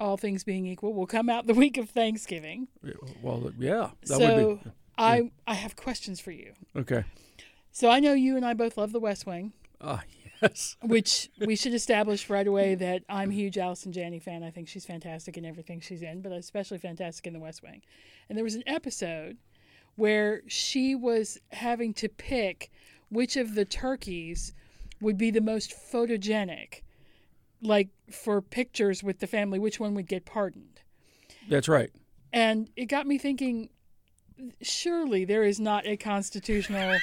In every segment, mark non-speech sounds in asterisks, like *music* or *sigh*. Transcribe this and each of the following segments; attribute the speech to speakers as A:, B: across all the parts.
A: all things being equal, will come out the *laughs* week of Thanksgiving.
B: Well, *laughs* yeah, that
A: so,
B: would be
A: I I have questions for you.
B: okay.
A: So, I know you and I both love The West Wing,
B: Ah, yes.
A: *laughs* which we should establish right away that I'm a huge Allison Janney fan. I think she's fantastic in everything she's in, but especially fantastic in The West Wing. And there was an episode where she was having to pick which of the turkeys would be the most photogenic, like for pictures with the family, which one would get pardoned.
B: That's right.
A: And it got me thinking surely there is not a
B: *laughs*
A: constitutional.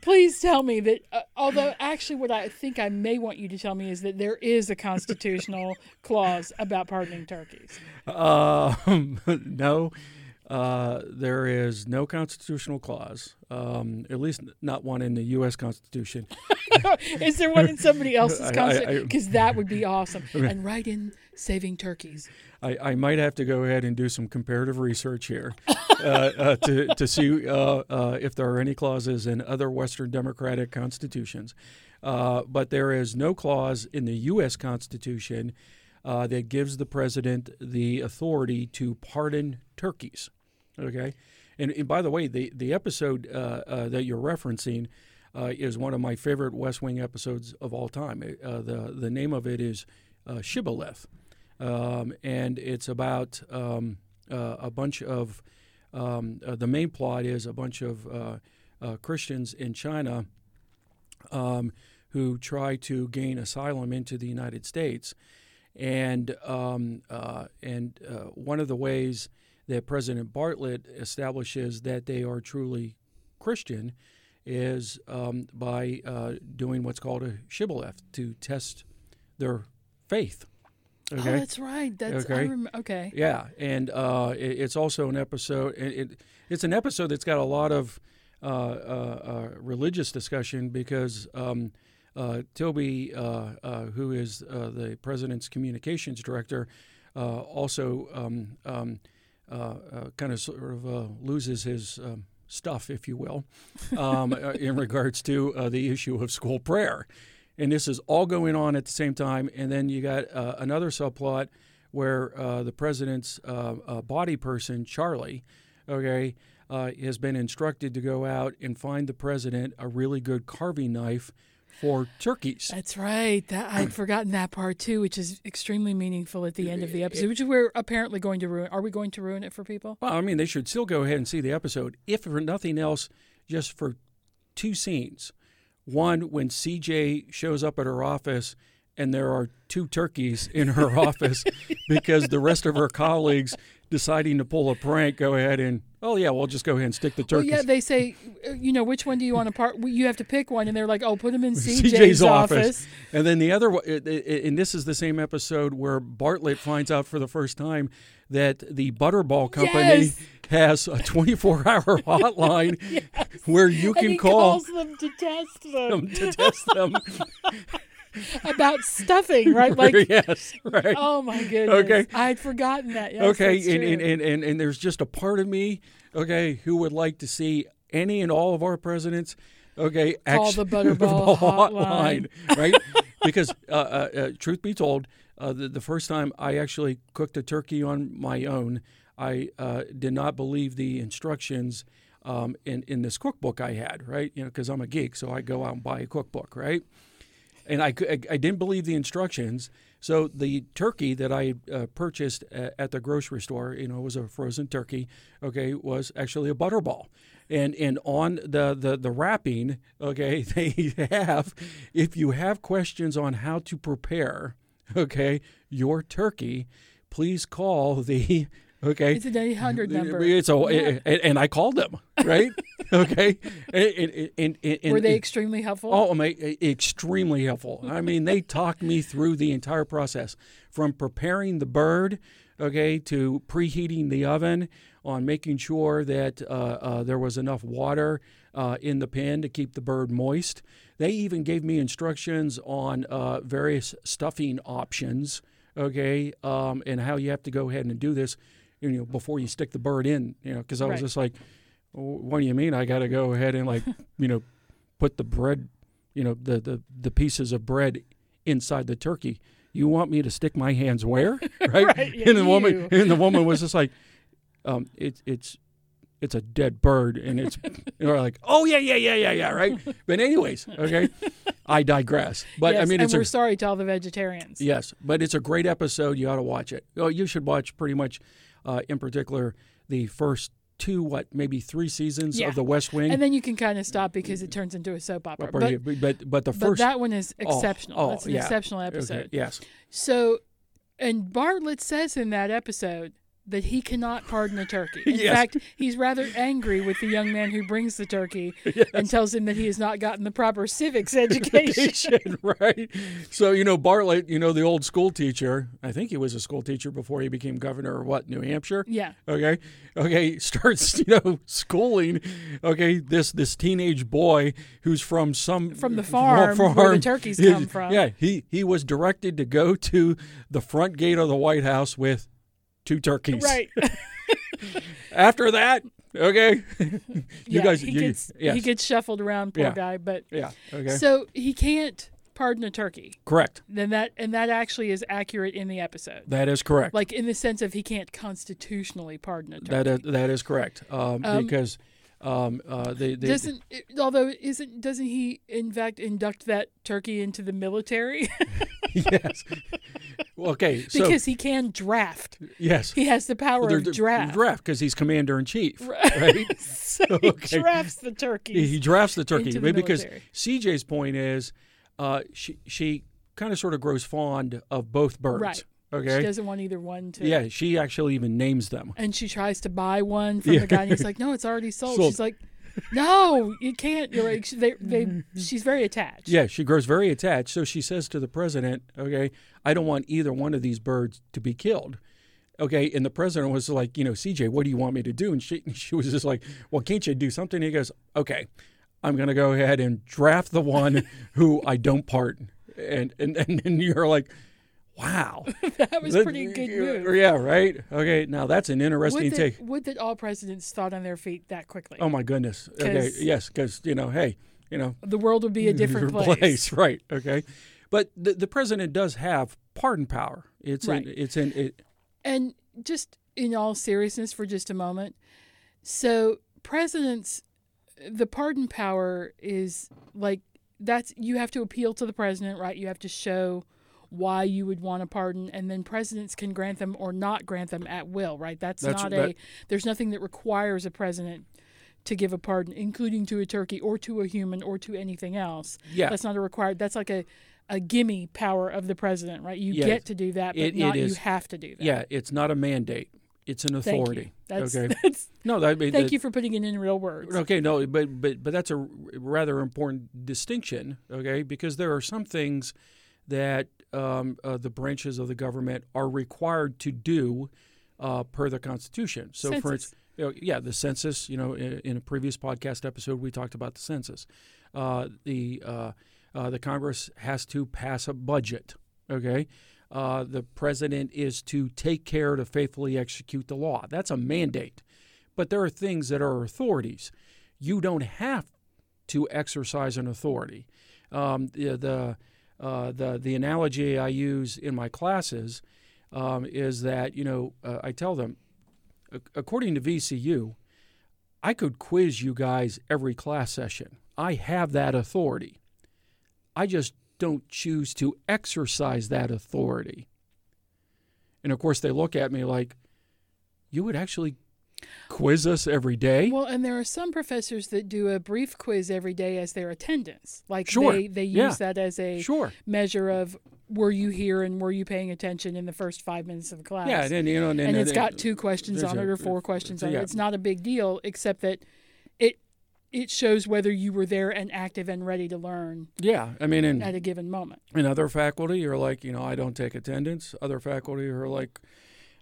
A: Please tell me that, uh, although actually, what I think I may want you to tell me is that there is a
B: *laughs*
A: constitutional clause about pardoning turkeys. *laughs*
B: Uh, *laughs* no, uh, there is no constitutional clause, um, at least n- not one in the U.S. Constitution.
A: is there one in somebody else's
B: *laughs* I- I-
A: constitution?
B: I-
A: Because that
B: *laughs*
A: would be awesome. And write in saving turkeys.
B: I, I might have to go ahead and do some comparative research here *laughs* uh, uh, to, to see uh, uh, if there are any clauses in other Western democratic constitutions. Uh, but there is no clause in the U.S. Constitution uh, that gives the president the authority to pardon turkeys. Okay. And, and by the way, the, the episode uh, uh, that you're referencing uh, is one of my favorite West Wing episodes of all time. It, Uh, the, the name of it is uh, Shibboleth. Um, and it's about um, uh, a bunch of, um, uh, the main plot is a bunch of uh, uh, Christians in China um, who try to gain asylum into the United States. And um, uh, and uh, one of the ways that President Bartlett establishes that they are truly Christian is um, by uh, doing what's called a shibboleth to test their faith.
A: Oh, that's right. That's I
B: Okay.
A: rem- okay.
B: Yeah, and uh, it, it's also an episode. It, it, it's an episode that's got a lot of uh, uh, uh, religious discussion because um, uh, Toby, uh, uh, who is uh, the president's communications director, uh, also um, um, uh, uh, kind of sort of uh, loses his. Um, Stuff, if you will, um, uh, in regards to uh, the issue of school prayer, and this is all going on at the same time. And then you got uh, another subplot where uh, the president's uh, uh, body person, Charlie, okay, uh, has been instructed to go out and find the president a really good carving knife for turkeys.
A: That's right. That
B: *clears throat*
A: I'd forgotten that part too, which is extremely meaningful at the end of the episode, which we're apparently going to ruin. Are we going to ruin it for people?
B: Well, I mean, they should still go ahead and see the episode, if for nothing else, just for two scenes. One, when CJ shows up at her office and there are two turkeys
A: *laughs*
B: in her office because the rest of her colleagues deciding to pull a prank go ahead and, oh, yeah, we'll just go ahead and stick the
A: Well,
B: turkeys.
A: yeah, they say, uh, you know, which one do you want to part? well, You have to pick one, and they're like, oh, put
B: *laughs*
A: him in CJ's,
B: CJ's office.
A: office.
B: And then the other one, it- it- and this is the same episode where Bartlett finds out for the first time that the Butterball Company
A: Yes.
B: has a 24 hour hotline where you
A: And
B: can
A: he
B: call
A: calls them to test them
B: them to test them.
A: *laughs* about stuffing, right?
B: *laughs*
A: Like,
B: yes, right.
A: oh my goodness.
B: Okay.
A: I'd forgotten that. Yes,
B: okay,
A: that's
B: and, and,
A: true.
B: and, and, and there's just a part of me, okay, who would like to see any and all of our presidents, okay,
A: Call
B: act-
A: the
B: *laughs*
A: Butterball hotline. *laughs*
B: right? because uh, uh, uh, truth be told, uh, the, the first time I actually cooked a turkey on my own, I uh, did not believe the instructions. Um, in, in this cookbook I had, right? You know, because I'm a geek, so I go out and buy a cookbook, right? and I, cou- I, I didn't believe the instructions. So the turkey that I uh, purchased uh, at the grocery store, you know, it was a frozen turkey. Okay, was actually a butterball, and and on the the, the wrapping, okay, *laughs* they have, if you have questions on how to prepare, okay, your turkey, please call the *laughs* Okay.
A: It's an 800 number.
B: It's a, and, and I called them,
A: *laughs*
B: right? okay. And, and, and, and,
A: Were they extremely helpful?
B: Oh, mate, extremely helpful. I mean, they talked me through the entire process from preparing the bird, okay, to preheating the oven, on making sure that uh, uh, there was enough water uh, in the pen to keep the bird moist. They even gave me instructions on uh, various stuffing options, okay, um, and how you have to go ahead and do this, you know, before you stick the bird in, you know, because I was
A: Right.
B: just like, "Wh- what do you mean? I got to go ahead and like, you know, put the bread, you know, the, the, the pieces of bread inside the turkey. You want me to stick my
A: *laughs*
B: hands where? Right.
A: Right, yeah,
B: and the woman
A: you.
B: and the woman was just like, um, it, it's it's a dead bird and it's and we're like, Oh yeah, yeah, yeah, yeah, yeah, right. But anyways, okay. I digress. But I
A: Yes,
B: mean
A: and
B: it's
A: we're
B: a
A: sorry to all the vegetarians.
B: Yes, but it's a great episode. You ought to watch it. Oh, you should watch pretty much, uh, in particular, the first two, what maybe three seasons
A: Yeah.
B: of The West Wing.
A: And then you can kind of stop because it turns into a soap opera.
B: but,
A: But,
B: but, but the
A: but
B: first
A: that one is
B: oh,
A: exceptional.
B: oh,
A: That's an
B: yeah.
A: exceptional
B: Okay,
A: episode.
B: yes, *laughs*
A: So, and Bartlett says in that episode that he cannot pardon a turkey. In
B: *laughs* Yes.
A: fact, he's rather angry with the young man who brings the turkey
B: *laughs*
A: and tells him that he has not gotten the proper civics *laughs*
B: *laughs*
A: education.
B: Education, right? So you know Bartlett, you know the old school teacher. I think he was a school teacher before he became governor of what New Hampshire.
A: yeah.
B: okay okay starts *laughs* you know schooling okay this this teenage boy who's from some
A: From
B: *laughs*
A: the farm where the turkeys come
B: He-
A: from.
B: yeah he he was directed to go to the front gate of the white house with two turkeys
A: Right.
B: after that okay *laughs* you
A: yeah,
B: guys
A: he,
B: *laughs* you,
A: gets,
B: yes.
A: he gets shuffled around, poor
B: Yeah.
A: guy. But
B: yeah okay
A: so he can't pardon a turkey.
B: correct
A: Then that and that actually is accurate in the episode.
B: that is correct
A: Like in the sense of he can't constitutionally pardon a turkey.
B: that is, that is correct um, because um uh the, the
A: doesn't it- although isn't doesn't he in fact induct that turkey into the military
B: *laughs*
A: *laughs*
B: yes okay so
A: because he can draft
B: yes
A: he has the power
B: They're-
A: of
B: they're-
A: draft,
B: Draft because he's commander in chief,
A: Right. *laughs*
B: right?
A: So he
B: *laughs* Okay.
A: drafts the turkeys
B: he drafts the turkey
A: into the
B: maybe because
A: military.
B: CJ's point is, uh, she she kind of sort of grows fond of both birds.
A: Right.
B: Okay.
A: she doesn't want either one to
B: yeah, she actually even names them.
A: and she tries to buy one from
B: Yeah.
A: the guy and he's like no it's already sold,
B: Sold.
A: she's like no you can't you're like she- they,
B: *laughs*
A: they she's very attached
B: Yeah, she grows very attached. So she says to the president, "Okay, I don't want either one of these birds to be killed." Okay, and the president was like, "You know, CJ, what do you want me to do?" And she *laughs* she was just like, "Well, can't you do something?" he goes, "Okay, I'm going to go ahead and draft the
A: *laughs*
B: one who I don't pardon." And and and, and you're like,
A: *laughs*
B: "Wow,
A: that was pretty good move
B: Yeah, right. Okay, now that's an interesting
A: would
B: take.
A: that, would that all presidents thought on their feet that quickly
B: Oh my goodness. Okay,
A: 'Cause-
B: yes, because you know, hey, you know,
A: the world would
B: *laughs*
A: be a different
B: place.
A: place
B: right? Okay, but the, the president does have pardon power. It's
A: Right.
B: in, it's in it,
A: And just in all seriousness for just a moment, so presidents, the pardon power is like that's you have to appeal to the president, right? You have to show why you would want a pardon, and then presidents can grant them or not grant them at will, right? That's,
B: That's-
A: not a
B: that-
A: there's nothing that requires a president to give a pardon, including to a turkey or to a human or to anything else.
B: Yeah.
A: that's not a required. That's like a a gimme power of the president, right? You
B: Yes.
A: get to do that, but
B: It- it
A: not you
B: is.
A: have to do that.
B: yeah, it's not a mandate. It's an
A: Thank you.
B: authority.
A: That's,
B: okay.
A: *laughs* that's-
B: No, that, I mean,
A: thank
B: that-
A: you for putting it in real words.
B: Okay, no, but but but that's a r- rather important distinction. Okay, because there are some things that um, uh, the branches of the government are required to do uh, per the Constitution. So, for
A: Census.
B: instance, you know, yeah, the census. You know, in, in a previous podcast episode, we talked about the census. Uh, the uh, uh, the Congress has to pass a budget. Okay. Uh, the president is to take care to faithfully execute the law. That's a mandate but there are things that are authorities. You don't have to exercise an authority. Um, the the, uh, the the analogy I use in my classes um, is that you know uh, I tell them, "Ac- according to VCU, I could quiz you guys every class session. I have that authority. I just don't choose to exercise that authority. And of course, they look at me like, you would actually quiz us every day.
A: Well, and there are some professors that do a brief quiz every day as their attendance. Like
B: Sure.
A: they, they use
B: Yeah.
A: that as a
B: Sure.
A: measure of were you here and were you paying attention in the first five minutes of the class.
B: Yeah, and, then, you know, and, then-
A: and it's
B: then-
A: got two questions
B: there's
A: on
B: a-
A: it or four questions on
B: yeah.
A: it. It's not a big deal, except that it it shows whether you were there and active and ready to learn
B: Yeah, I mean, and
A: at a given moment.
B: And other faculty are like, you know, I don't take attendance. Other faculty are like,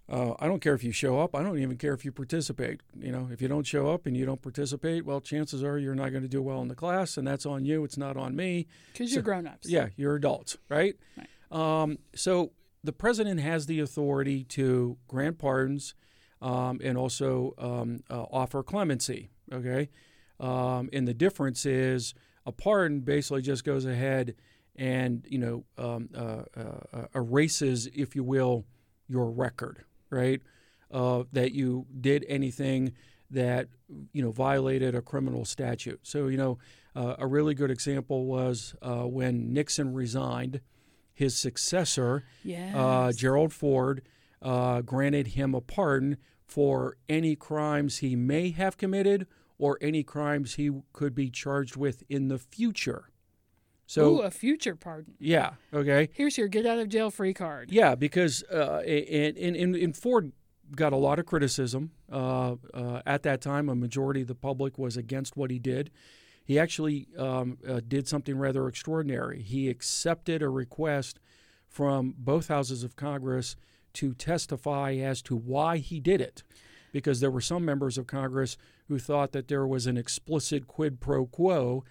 B: uh, I don't care if you show up. I don't even care if you participate. You know, if you don't show up and you don't participate, well, chances are you're not going to do well in the class, and that's on you. It's not on me.
A: Because you're grown ups.
B: Yeah, you're adults, right? Um, so the president has the authority to grant pardons um, and also um, uh, offer clemency. Okay, um, and the difference is a pardon basically just goes ahead and you know um, uh, uh, uh, erases, if you will, your record, right? Uh, that you did anything that you know violated a criminal statute. So you know uh, a really good example was uh, when Nixon resigned, his successor
A: Yes.
B: uh, Gerald Ford uh, granted him a pardon for any crimes he may have committed or any crimes he could be charged with in the future. So
A: Ooh, a future pardon.
B: yeah, okay.
A: Here's your get out of jail free card.
B: Yeah, because uh, and, and- and and Ford got a lot of criticism uh, uh, at that time. A majority of the public was against what he did. He actually um, uh, did something rather extraordinary. He accepted a request from both houses of Congress to testify as to why he did it, because there were some members of Congress who thought that there was an explicit quid pro quo.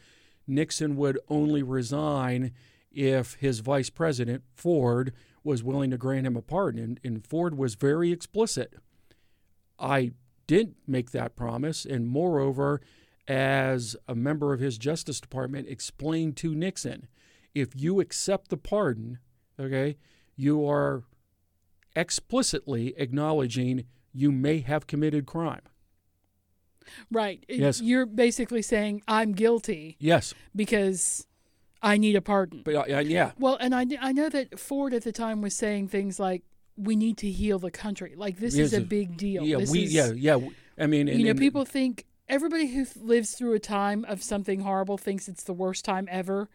B: Nixon would only resign if his vice president, Ford, was willing to grant him a pardon. And, and Ford was very explicit. I did make that promise. And moreover, as a member of his Justice Department, explained to Nixon if you accept the pardon, okay, you are explicitly acknowledging you may have committed crime.
A: Right. It-
B: Yes.
A: You're basically saying, I'm guilty
B: Yes.
A: because I need a pardon.
B: But uh, yeah.
A: Well, and I, kn- I know that Ford at the time was saying things like, we need to heal the country. Like, this
B: Yes,
A: is a
B: it-
A: big deal.
B: Yeah,
A: This
B: we
A: is-
B: yeah, yeah. I mean, and,
A: you know,
B: and-
A: people think everybody who th- lives through a time of something horrible thinks it's the worst time ever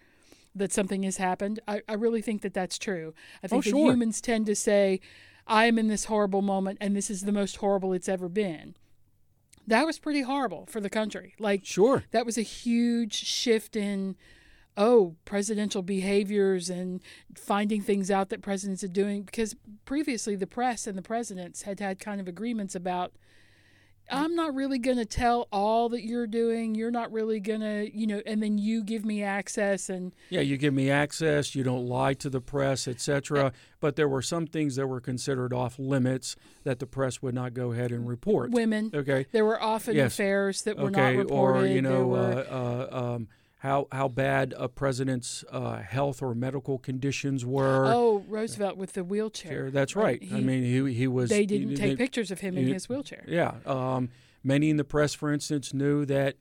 A: that something has happened. I, I really think that that's true. I think that
B: Oh, sure.
A: humans tend to say, I am in this horrible moment and this is the most horrible it's ever been. That was pretty horrible for the country. Like,
B: Sure.
A: that was a huge shift in oh presidential behaviors and finding things out that presidents are doing because previously the press and the presidents had had kind of agreements about i'm not really going to tell all that you're doing you're not really going to you know and then you give me access and
B: Yeah, you give me access, you don't lie to the press, etc. But there were some things that were considered off limits that the press would not go ahead and report.
A: women
B: Okay.
A: there were often
B: Yes.
A: affairs that were
B: okay,
A: not reported
B: or you
A: there
B: know,
A: were
B: uh, uh, um, how how bad a president's uh, health or medical conditions were.
A: oh roosevelt with the wheelchair
B: That's right. I
A: he-
B: mean, he he was.
A: they didn't
B: he-
A: take
B: they-
A: pictures of him in
B: you-
A: his wheelchair
B: Yeah. Um, many in the press, for instance, knew that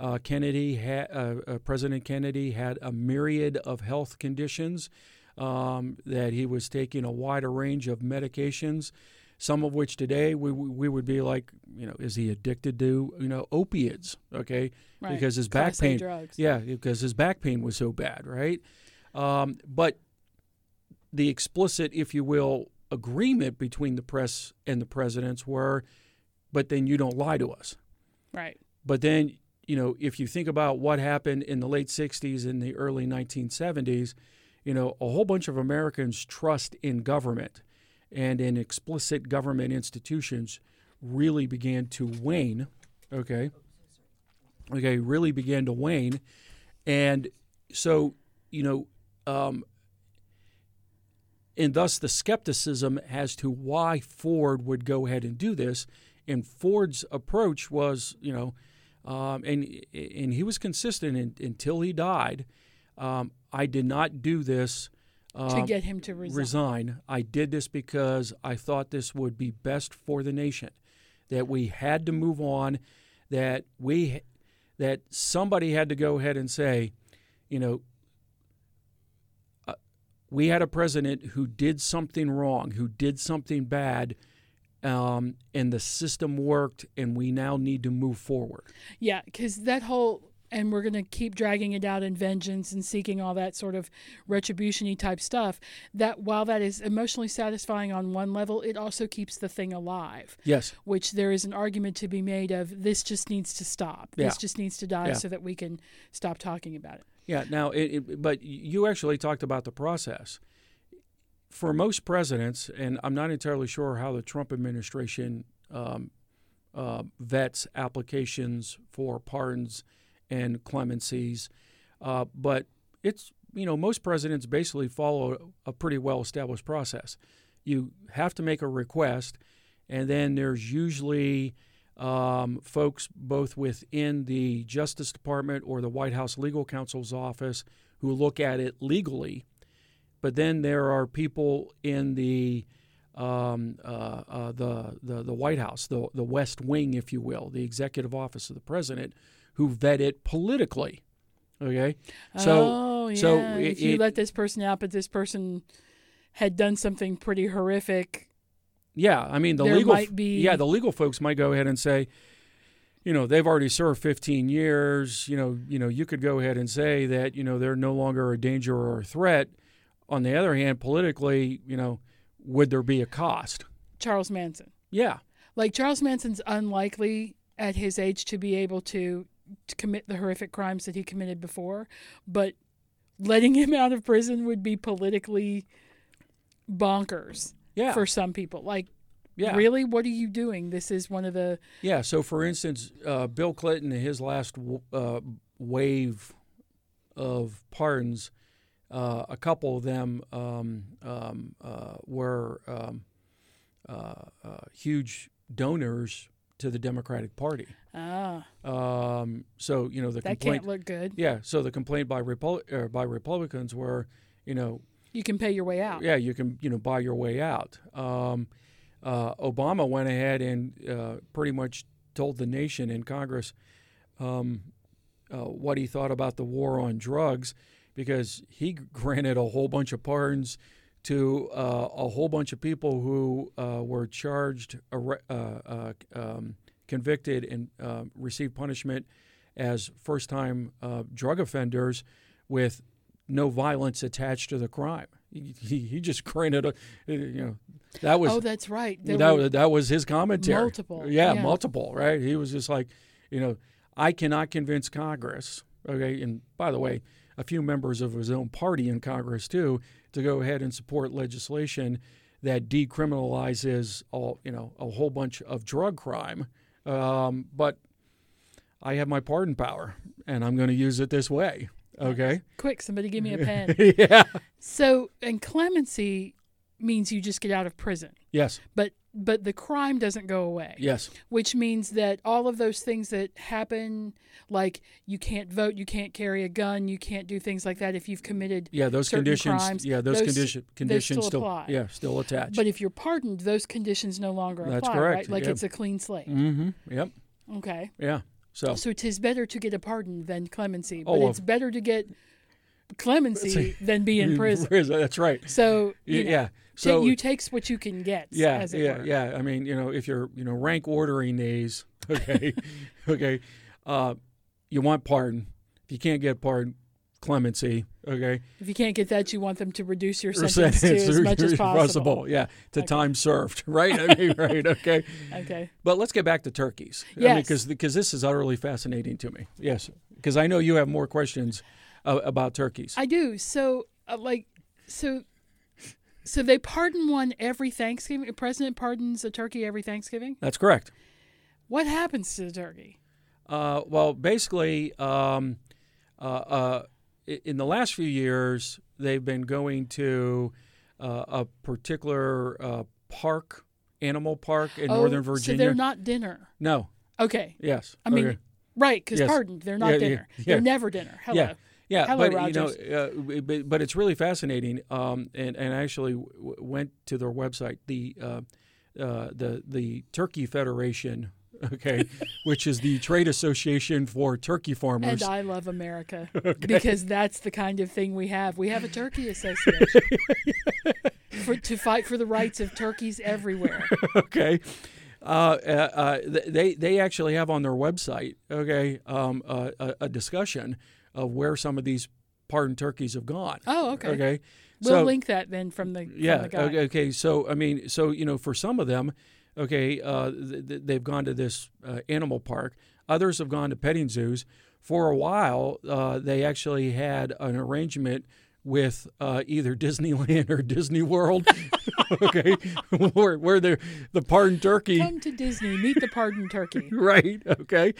B: uh, Kennedy had uh, uh, President Kennedy had a myriad of health conditions. Um, that he was taking a wider range of medications, some of which today we we we would be like, you know, is he addicted to you know opiates? Okay,
A: Right.
B: because his back
A: Class A
B: pain.
A: drugs.
B: Yeah, because his back pain was so bad, right? Um, but the explicit, if you will, agreement between the press and the presidents were, but then you don't lie to us.
A: right
B: But then, you know, if you think about what happened in the late 60s and the early 1970s, you know, a whole bunch of Americans' trust in government and in explicit government institutions really began to wane. Okay. Okay. Really began to wane. And so, you know, um, and thus the skepticism as to why Ford would go ahead and do this. And Ford's approach was, you know, um, and and he was consistent in, until he died. Um, I did not do this
A: to
B: um,
A: get him to resign.
B: resign. I did this because I thought this would be best for the nation, that we had to move on, that we that somebody had to go ahead and say, you know, uh, we had a president who did something wrong, who did something bad, um, and the system worked, and we now need to move forward.
A: Yeah, because that whole and we're going to keep dragging it out in vengeance and seeking all that sort of retributiony type stuff. That while that is emotionally satisfying on one level, it also keeps the thing alive.
B: Yes.
A: Which there is an argument to be made of. This just needs to stop. This
B: Yeah.
A: just needs to die
B: Yeah.
A: so that we can stop talking about it.
B: Yeah. Now, it, it, but you actually talked about the process. For most presidents, and I'm not entirely sure how the Trump administration um, uh, vets applications for pardons and clemencies, uh, but it's you know most presidents basically follow a pretty well-established process. You have to make a request, and then there's usually um, folks both within the Justice Department or the White House Legal Counsel's office who look at it legally. But then there are people in the um, uh, uh, the, the the White House, the the West Wing, if you will, the executive office of the president, who vet it politically. Okay, so
A: oh, yeah.
B: so
A: if
B: it,
A: you
B: it-
A: let this person out, but this person had done something pretty horrific.
B: yeah, I mean the
A: there
B: legal
A: might
B: f-
A: be-
B: yeah the legal folks might go ahead and say, you know, they've already served 15 years. You know, you know, you could go ahead and say that you know they're no longer a danger or a threat. On the other hand, politically, you know, would there be a cost?
A: Charles Manson.
B: Yeah,
A: Like Charles Manson's unlikely at his age to be able to, to commit the horrific crimes that he committed before, but letting him out of prison would be politically bonkers
B: yeah,
A: for some people. Like,
B: yeah.
A: really, what are you doing? This is one of the
B: Yeah. So, for instance, uh, Bill Clinton, in his last w- uh, wave of pardons, uh, a couple of them um, um, uh, were um, uh, uh, huge donors to the Democratic Party.
A: ah
B: Um, so, you know, the
A: that
B: complaint.
A: can't look good.
B: yeah. So the complaint by Repul- uh, by Republicans were, you know,
A: You can pay your way out.
B: yeah, you can you know buy your way out. Um, uh, Obama went ahead and uh, pretty much told the nation in Congress um, uh, what he thought about the war on drugs, because he *laughs* granted a whole bunch of pardons to uh, a whole bunch of people who uh, were charged, arre- uh, uh, um, convicted, and uh, received punishment as first-time uh, drug offenders with no violence attached to the crime. He, he he just *laughs* granted a, you know, that was
A: oh, that's right. There
B: that,
A: were-
B: was that was his commentary.
A: Multiple,
B: yeah,
A: yeah.
B: multiple. Right? He was just like, you know, I cannot convince Congress. Okay, and by the way, a few members of his own party in Congress too to go ahead and support legislation that decriminalizes all you know a whole bunch of drug crime. Um, but I have my pardon power, and I'm going to use it this way. Okay. *laughs*
A: Quick, somebody give me a pen.
B: yeah.
A: so, and clemency means you just get out of prison,
B: Yes.
A: but but the crime doesn't go away.
B: Yes.
A: which means that all of those things that happen, like you can't vote, you can't carry a gun, you can't do things like that if you've committed.
B: Yeah, those
A: certain
B: conditions.
A: crimes,
B: yeah, those,
A: those-
B: condition,
A: those
B: conditions
A: still apply.
B: yeah still attached.
A: But if you're pardoned, those conditions no longer
B: That's
A: apply,
B: correct,
A: right? Like
B: yeah.
A: it's a clean slate.
B: hmm Yep.
A: Okay.
B: Yeah. So
A: So 'tis better to get a pardon than clemency, but
B: Oh, well-
A: it's better to get clemency than be
B: *laughs*
A: in prison.
B: That's right.
A: So you
B: Y-
A: know,
B: yeah.
A: ta-
B: So
A: you takes what you can get.
B: yeah,
A: as it
B: yeah,
A: were.
B: yeah. I mean, you know, if you're you know rank ordering these, *laughs*
A: *laughs*
B: okay, okay, uh, you want pardon. If you can't get pardon, clemency. Okay,
A: If you can't get that, you want them to reduce your
B: Or
A: sentence to
B: sentence
A: as
B: or-
A: much as
B: *laughs* or
A: possible.
B: Yeah, to time served. *laughs* Right. I mean, right. Okay.
A: Okay.
B: But let's get back to turkeys.
A: Yes.
B: Because this is utterly fascinating to me. Yes. Because I know you have more questions uh, about turkeys.
A: I do. So, uh, like, so, so they pardon one every Thanksgiving. The president pardons a turkey every Thanksgiving.
B: That's correct.
A: What happens to the turkey?
B: Uh, well, basically, um, uh, uh, i- in the last few years, they've been going to uh, a particular uh, park, animal park in Northern
A: Oh, So
B: Virginia.
A: they're not dinner.
B: no.
A: Okay.
B: Yes.
A: I mean,
B: Okay.
A: right? Because
B: Yes.
A: pardoned, they're not
B: Yeah, yeah,
A: dinner.
B: yeah.
A: They're never dinner. Hello.
B: Yeah. Yeah,
A: Hello,
B: but
A: Rogers.
B: you know, uh, w- but, but it's really fascinating. Um, and and I actually w- w- went to their website, the uh, uh, the the Turkey Federation, *laughs*
A: *laughs*
B: okay, which is the trade association for turkey farmers.
A: And I love
B: *laughs* *laughs*
A: America because that's the kind of thing we have. We have a turkey association. for, to fight for the rights of turkeys
B: *laughs*
A: everywhere.
B: okay. Uh, uh, uh, th- they they actually have on their website okay um, uh, a, a discussion of where some of these pardoned turkeys have gone.
A: Oh, okay.
B: Okay.
A: We'll
B: So-
A: link that then from the
B: yeah.
A: From the guy.
B: okay, okay. So I mean, so you know, for some of them, okay, uh, th- th- they've gone to this uh, animal park. Others have gone to petting zoos. For a while, uh, they actually had an arrangement with uh, either Disneyland *laughs* or Disney World, okay, *laughs* where, where the the pardoned turkey
A: Come to Disney, meet the pardoned turkey.
B: *laughs* right okay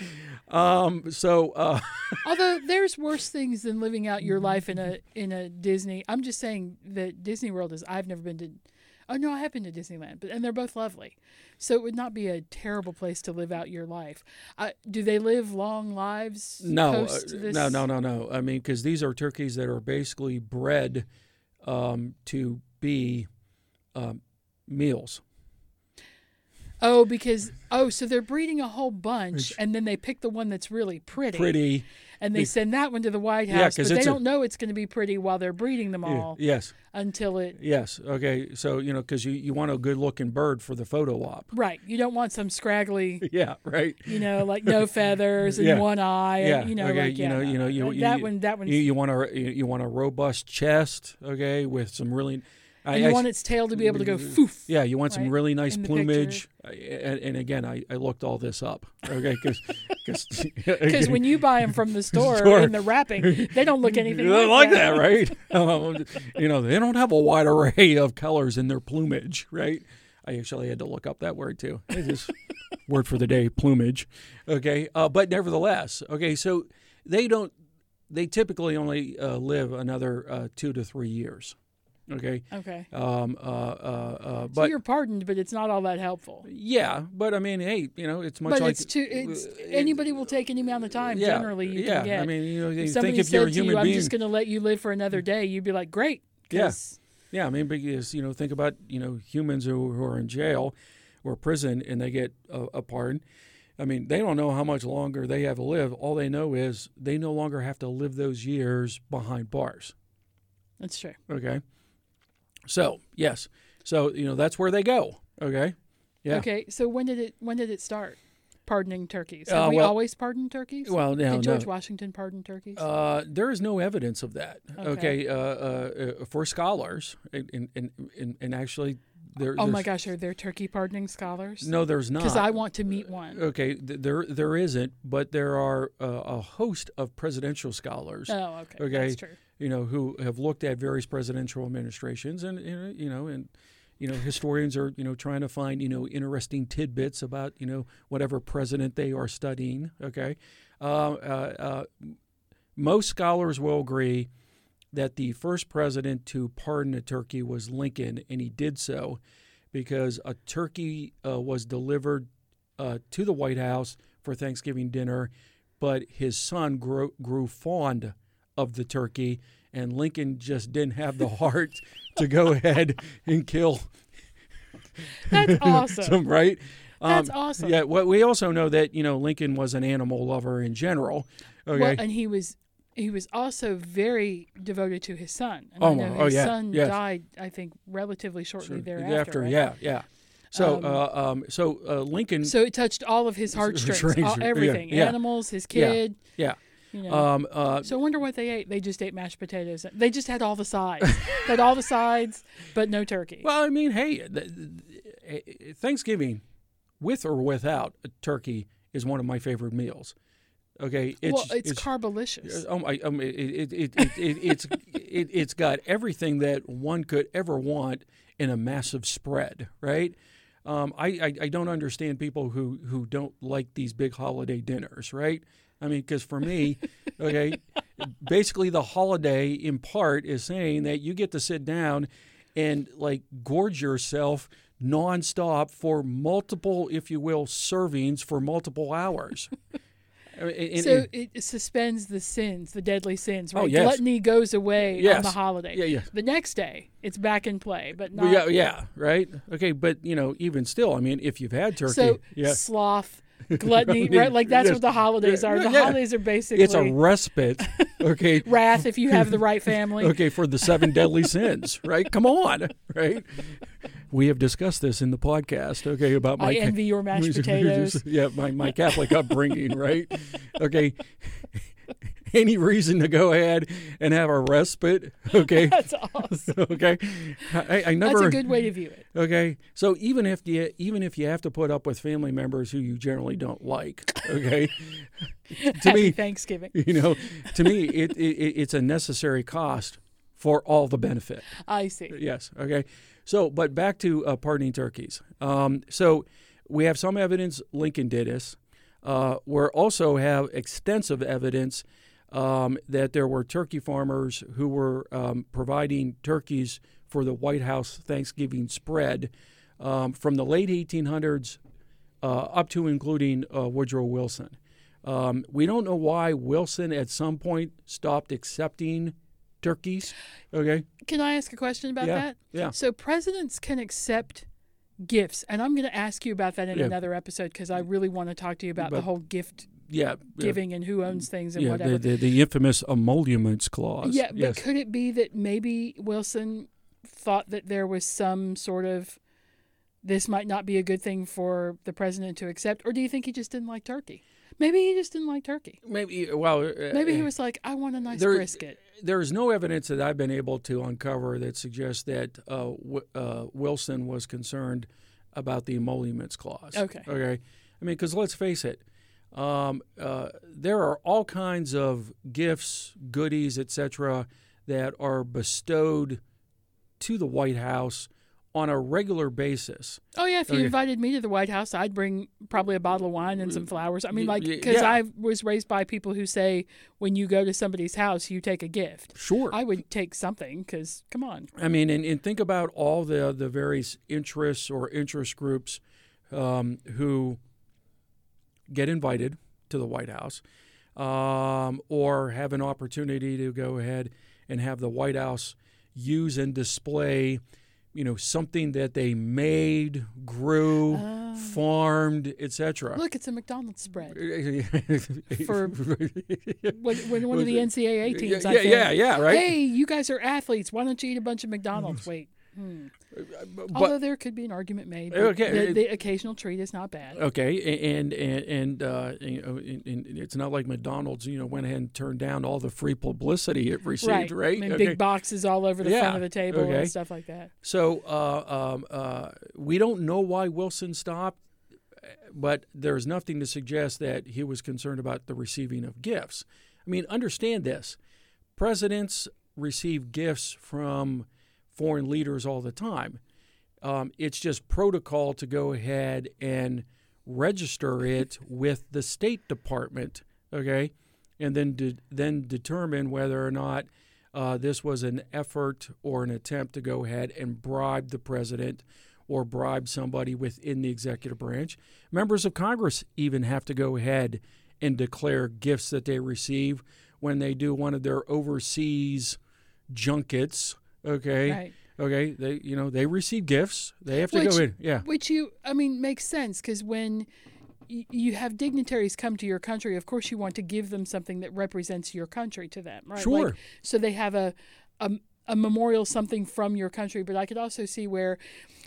B: um so uh
A: Although there's worse things than living out your life in a
B: Mm-hmm.
A: in a Disney. I'm just saying that Disney World is. I've never been to. Oh no, I have been to Disneyland, but and they're both lovely. So it would not be a terrible place to live out your life. Uh, do they live long lives?
B: no uh,
A: post this?
B: no no no no i mean because these are turkeys that are basically bred um to be um meals
A: Oh, because oh, so they're breeding a whole bunch, and then they pick the one that's really pretty,
B: pretty
A: and they send that one to the White
B: Yeah,
A: House.
B: 'cause
A: but they
B: it's a-
A: don't know it's going to be pretty while they're breeding them all
B: yes
A: until it
B: yes okay so you know because you you want a good looking bird for the photo op *laughs*
A: right. You don't want some scraggly
B: yeah right
A: you know, like no feathers and
B: *laughs* Yeah.
A: one eye, and,
B: yeah,
A: you know,
B: okay,
A: like
B: you
A: yeah,
B: know, you know, you,
A: like
B: you
A: that
B: you-
A: one, that one,
B: you,
A: you,
B: you want a you, you want a robust chest, okay, with some really. I, I-
A: want its tail to be able
B: *laughs*
A: to go foof.
B: Yeah, you want some
A: right,
B: really nice
A: in the
B: plumage. I- And, and again, I, I looked all this up. Okay, because *laughs*
A: *laughs* Because when you buy them from the store,
B: Store.
A: in the wrapping, they don't look
B: *laughs*
A: anything like,
B: like that, right? *laughs* Um, you know, they don't have a wide array of colors in their plumage, right? I actually had to look up that word too.
A: *laughs*
B: It's just word for the day, plumage. Okay, uh, but nevertheless, okay, so they don't. They typically only uh, live another uh, two to three years. Okay,
A: *laughs* Okay,
B: um, uh, uh, uh,
A: so
B: but
A: you're pardoned, but it's not all that helpful.
B: Yeah, but I mean, hey, you know, it's much
A: But
B: like
A: it's too. It's
B: uh,
A: anybody will take any amount of time.
B: yeah,
A: generally, you
B: yeah.
A: can get.
B: I mean, you know, you
A: if
B: think
A: somebody
B: if
A: said
B: you're a
A: to
B: human
A: you, "I'm
B: being, Mm.
A: just going to let you live for another day," you'd be like, "Great."
B: Yeah.
A: 'cause
B: yeah, I mean, because you know, think about you know humans who, who are in jail or prison and they get a, a pardon. I mean, they don't know how much longer they have to live. All they know is they no longer have to live those years behind bars.
A: That's true.
B: Okay, so yes, so you know that's where they go. Okay, yeah.
A: Okay, so when did it? When did it start? Pardoning turkeys. Have
B: Uh,
A: we
B: well-
A: always pardoned turkeys?
B: Well, no,
A: did George
B: no.
A: Washington pardon turkeys?
B: Uh, there is no evidence of that.
A: Okay.
B: Okay, uh, uh, uh, for scholars, and and and, and actually, there.
A: Oh my
B: there's-
A: gosh, are there turkey pardoning scholars?
B: No, there's not. Uh,
A: Because I want to meet one.
B: Okay, th- there there isn't, but there are uh, a host of presidential scholars.
A: Oh, okay.
B: okay.
A: That's true.
B: You know who have looked at various presidential administrations, and you know, you know, and you know, historians are you know trying to find you know interesting tidbits about you know whatever president they are studying. Okay, uh, uh, uh, most scholars will agree that the first president to pardon a turkey was Lincoln, and he did so because a turkey uh, was delivered uh, to the White House for Thanksgiving dinner, but his son grew, grew fond of the turkey, and Lincoln just didn't have the
A: *laughs*
B: heart to go ahead and kill *laughs*
A: That's awesome.
B: some right.
A: That's awesome.
B: um, Yeah. Well, we also know that you know Lincoln was an animal lover in general. Okay.
A: Well, and he was he was also very devoted to his son. And I
B: Oh,
A: know
B: oh,
A: his
B: yeah,
A: son
B: yes.
A: died, I think, relatively shortly thereafter.
B: After,
A: right?
B: yeah, yeah. So, uh, um, so uh, Lincoln.
A: So it touched all of his heartstrings,
B: *laughs* Strings,
A: all,
B: yeah,
A: everything,
B: yeah.
A: animals, his
B: Yeah.
A: kid.
B: yeah.
A: You know.
B: Um, uh,
A: so I wonder what they ate. They just ate mashed potatoes. They just had all the sides. they had all the sides, but no turkey.
B: well, I mean, hey, th- th- eh, Thanksgiving, with or without a turkey, is one of my favorite meals. Okay, it's
A: Well, it's, carbolicious.
B: Oh my! Um, it, it, it, it, it, it's it, it's got everything that one could ever want in a massive spread, right? Um, I, I I don't understand people who who don't like these big holiday dinners, right? I mean, because for me, okay, basically the holiday in part is saying that you get to sit down and like gorge yourself nonstop for multiple, if you will, servings for multiple hours. I mean, and-
A: so it suspends the sins, the deadly sins. Right?
B: Oh, yes.
A: Gluttony goes away on
B: Yes.
A: the holiday.
B: Yeah, yeah.
A: The next day, it's back in play, but not.
B: Well, yeah, yeah, right. Okay, but you know, even still, I mean, if you've had *laughs* turkey,
A: So
B: yeah,
A: sloth, gluttony,
B: Gluttony,
A: right? Like that's
B: yes.
A: what the holidays are. The
B: Yeah.
A: holidays are basically
B: It's a respite,
A: *laughs*
B: okay,
A: wrath if you have the
B: *laughs*
A: right family.
B: okay, for the seven deadly sins, right? Come on, right? We have discussed this in the podcast, okay, about my
A: I
B: ca-
A: envy your
B: *laughs*
A: mashed potatoes.
B: yeah, my, my Catholic upbringing, right? Okay. *laughs* Any reason to go ahead and have a respite,
A: *laughs*
B: okay?
A: That's awesome.
B: okay. I, I never
A: That's a good way to view it.
B: Okay, so even if you even if you have to put up with family members who you generally don't like, okay, to
A: Happy *laughs*
B: me,
A: Thanksgiving.
B: you know, to me, it, it it's a necessary cost for all the benefit.
A: I see.
B: Yes. Okay. So, but back to uh, pardoning turkeys. Um, so, we have some evidence Lincoln did this. Uh, we also have extensive evidence um, that there were turkey farmers who were um, providing turkeys for the White House Thanksgiving spread um, from the late 1800s uh, up to including uh, Woodrow Wilson. Um, we don't know why Wilson at some point stopped accepting turkeys. Okay.
A: Can I ask a question about
B: Yeah,
A: that?
B: yeah.
A: So presidents can accept gifts, and I'm going to ask you about that in
B: Yeah.
A: another episode because I really want to talk to you about the
B: But-
A: whole gift
B: Yeah. yeah.
A: giving and who owns things and
B: yeah,
A: whatever.
B: the, the, the infamous emoluments clause.
A: Yeah, but
B: yes.
A: could it be that maybe Wilson thought that there was some sort of this might not be a good thing for the president to accept, or do you think he just didn't like turkey? Maybe he just didn't like turkey.
B: maybe. Well, uh,
A: Maybe he was like, "I want a nice
B: there-
A: brisket."
B: There is no evidence that I've been able to uncover that suggests that uh, w- uh, Wilson was concerned about the emoluments clause.
A: Okay.
B: Okay. I mean, because let's face it, um, uh, there are all kinds of gifts, goodies, etc., that are bestowed to the White House on a regular basis.
A: Oh yeah, if you
B: Okay.
A: invited me to the White House, I'd bring probably a bottle of wine and some flowers. I mean,
B: Mm. y-
A: like,
B: y-
A: because
B: yeah.
A: I was raised by people who say when you go to somebody's house, you take a gift.
B: Sure.
A: I would take something because come on,
B: I mean, and, and think about all the the various interests or interest groups um, who get invited to the White House um, or have an opportunity to go ahead and have the White House use and display, you know, something that they made, grew, farmed, etc. *laughs*
A: look, it's a McDonald's
B: Uh,
A: spread.
B: For
A: When, when one of
B: *laughs*
A: the NCAA teams,
B: yeah,
A: I
B: yeah,
A: think,
B: yeah, yeah, right.
A: hey, you guys are athletes. Why don't you eat a bunch of
B: *laughs*
A: McDonald's? Wait. Hmm.
B: Uh,
A: Although there could be an argument made. that
B: Okay,
A: The,
B: it-
A: the occasional treat is not bad.
B: Okay, a- and and and, uh, you know, and, and it's not like McDonald's, you know, went ahead and turned down all the free publicity it received, right?
A: I mean,
B: Okay.
A: big boxes all over the
B: Yeah,
A: front of the table
B: okay.
A: and stuff like that.
B: so uh, um, uh, we don't know why Wilson stopped, but there's nothing to suggest that he was concerned about the receiving of gifts. I mean, understand this: presidents receive gifts from foreign leaders all the time. Um, it's just protocol to go ahead and register it with the State Department, okay, and then de- then determine whether or not uh, this was an effort or an attempt to go ahead and bribe the president or bribe somebody within the executive branch. Members of Congress even have to go ahead and declare gifts that they receive when they do one of their overseas junkets. Okay.
A: Right.
B: Okay, they you know they receive gifts. They have to
A: Which-
B: go in. Yeah,
A: Which you, I mean, makes sense because when y- you have dignitaries come to your country, of course you want to give them something that represents your country to them, right? Like,
B: Sure.
A: so they have a, a a memorial something from your country, but I could also see where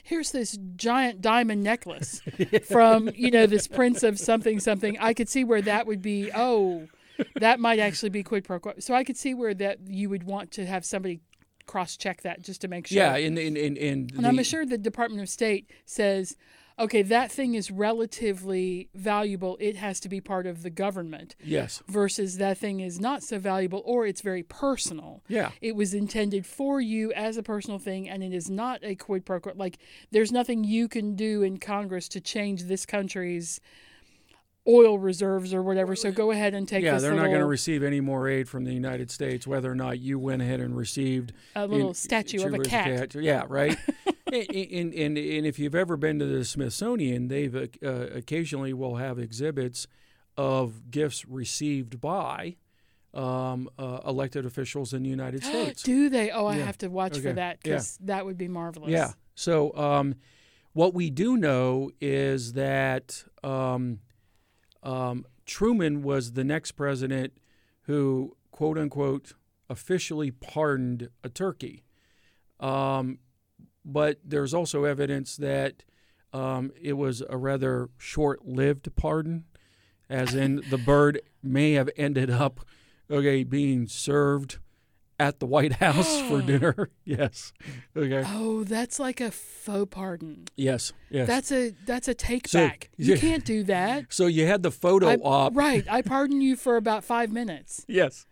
A: here's this giant diamond
B: *laughs*
A: necklace from you know this prince of something something. I could see where that would be oh. That might actually be quid pro quo. So I could see where that you would want to have somebody cross-check that just to make sure.
B: yeah, and and and and,
A: And
B: the-
A: I'm assured the Department of State says, okay, that thing is relatively valuable. It has to be part of the government
B: yes,
A: versus that thing is not so valuable or it's very personal.
B: Yeah.
A: It was intended for you as a personal thing and it is not a quid pro quo. Like, there's nothing you can do in Congress to change this country's oil reserves or whatever. So go ahead and take
B: yeah,
A: this
B: they're not
A: little,
B: going to receive any more aid from the United States, whether or not you went ahead and received
A: a little statue of a
B: Chewbacca's
A: cat. *gasps*
B: Yeah,
A: *laughs*
B: right. and, and, and, and if you've ever been to the Smithsonian, they've uh, uh, occasionally will have exhibits of gifts received by um, uh, elected officials in the
A: *gasps*
B: United States.
A: Do they? Oh, I
B: Yeah.
A: have to watch for
B: Okay.
A: that
B: Yeah.
A: because that would be marvelous.
B: Yeah. So um, what we do know is that um, Um, Truman was the next president who, quote unquote, officially pardoned a turkey. Um, but there's also evidence that um, it was a rather short lived pardon, as in the bird may have ended up, okay, being served at the White House for dinner. *laughs* yes. Okay.
A: Oh, that's like a faux pardon.
B: Yes. Yes.
A: That's a that's a take
B: So,
A: back. You
B: yeah.
A: can't do that.
B: *laughs* so uh, you had the photo
A: I-
B: op.
A: right. I pardon you for about five minutes.
B: Yes.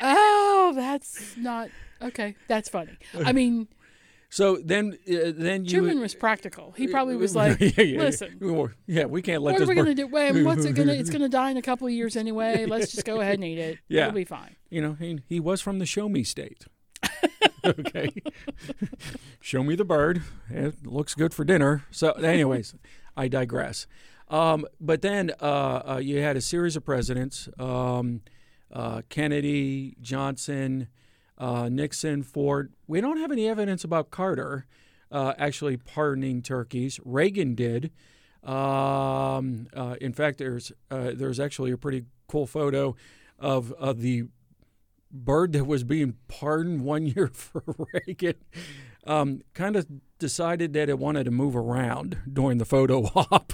A: Oh, that's not okay. That's funny. I mean,
B: So then, uh, then you. *laughs*
A: Truman was practical. He probably was like,
B: Yeah, yeah, yeah.
A: "Listen,
B: We were- yeah, we can't let
A: what are
B: this.
A: we
B: bird-
A: gonna do? Wait, what's it
B: *laughs*
A: gonna? It's gonna die in a couple of years anyway. Let's just go ahead and eat it.
B: Yeah.
A: it'll be fine."
B: You know, he, he was from the Show Me state. *laughs* okay, *laughs* show me the bird. It looks good for dinner. So, anyways, I digress. Um, but then uh, uh, you had a series of presidents: um, uh, Kennedy, Johnson, uh, Nixon, Ford. We don't have any evidence about Carter uh, actually pardoning turkeys. Reagan did. Um, uh, in fact, there's uh, there's actually a pretty cool photo of of the bird that was being pardoned one *laughs* year for Reagan. Um, kind of decided that it wanted to move around during the photo *laughs* op.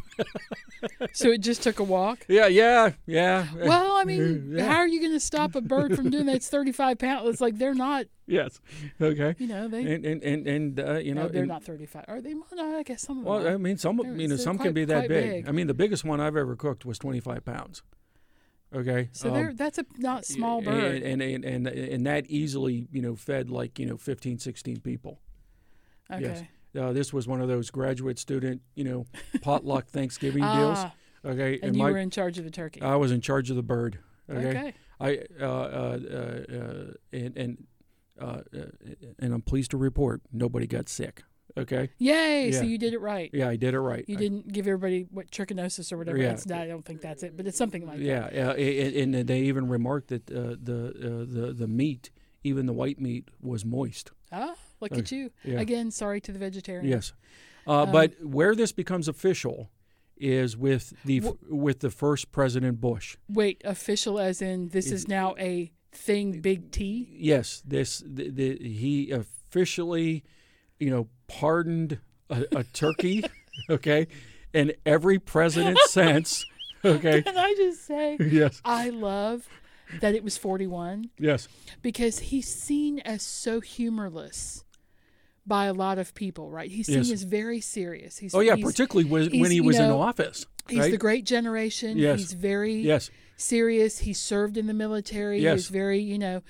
A: So it just took a walk.
B: *laughs* yeah, yeah, yeah. eh,
A: Well, I mean,
B: Yeah.
A: how are you gonna stop a bird from doing that? It's thirty-five pounds. It's like they're not.
B: yes. Okay.
A: You know, they
B: And and and, and uh, you know,
A: No, Oh, they're
B: and-
A: not 35. Are they? Well, no, I guess some of them.
B: Well, um,
A: are.
B: I mean, some
A: They're-
B: you know
A: they're
B: some
A: quite-
B: can be that
A: quite
B: big.
A: big.
B: I mean, the biggest one I've ever cooked was 25 pounds. Okay.
A: so
B: Um,
A: they're, that's a not small
B: and-
A: bird.
B: And and, and and that easily you know fed like you know 15, 16 people.
A: okay.
B: Yes. Uh, this was one of those graduate student, you know, potluck
A: *laughs*
B: Thanksgiving deals.
A: Ah,
B: Okay,
A: and you were in charge of the turkey.
B: I was in charge of the bird. Okay,
A: okay.
B: I uh, uh, uh, uh, and and uh, uh, and I'm pleased to report nobody got sick. Okay,
A: Yay! So
B: Yeah.
A: you did it right.
B: yeah, I did it right.
A: You
B: I-
A: didn't give everybody what trichinosis or whatever.
B: Yeah.
A: That's not, I don't think that's it, but it's something like that.
B: yeah, uh, and, and they even remarked that uh, the uh, the the meat, even the white meat, was moist.
A: Ah, look at you.
B: Uh, yeah.
A: Again, sorry to the vegetarian.
B: Yes, uh,
A: Um,
B: but where this becomes official is with the f with the first President Bush.
A: Wait, official as in this is now a thing, big T? *laughs*
B: yes, this the, the, he officially, you know, pardoned a, a turkey, *laughs* okay, and every
A: *laughs*
B: president since, okay,
A: Can I just say,
B: *laughs* yes,
A: I love that it was 41
B: yes,
A: because he's seen as so humorless by a lot of people, right? He's seen
B: Yes.
A: as very serious. He's,
B: oh yeah,
A: he's-
B: particularly when,
A: he's,
B: when he
A: you
B: was in
A: know,
B: office,
A: He's
B: right?
A: the great generation.
B: Yes.
A: He's very
B: yes,
A: serious. He served in the military. He
B: Yes.
A: was very, you know,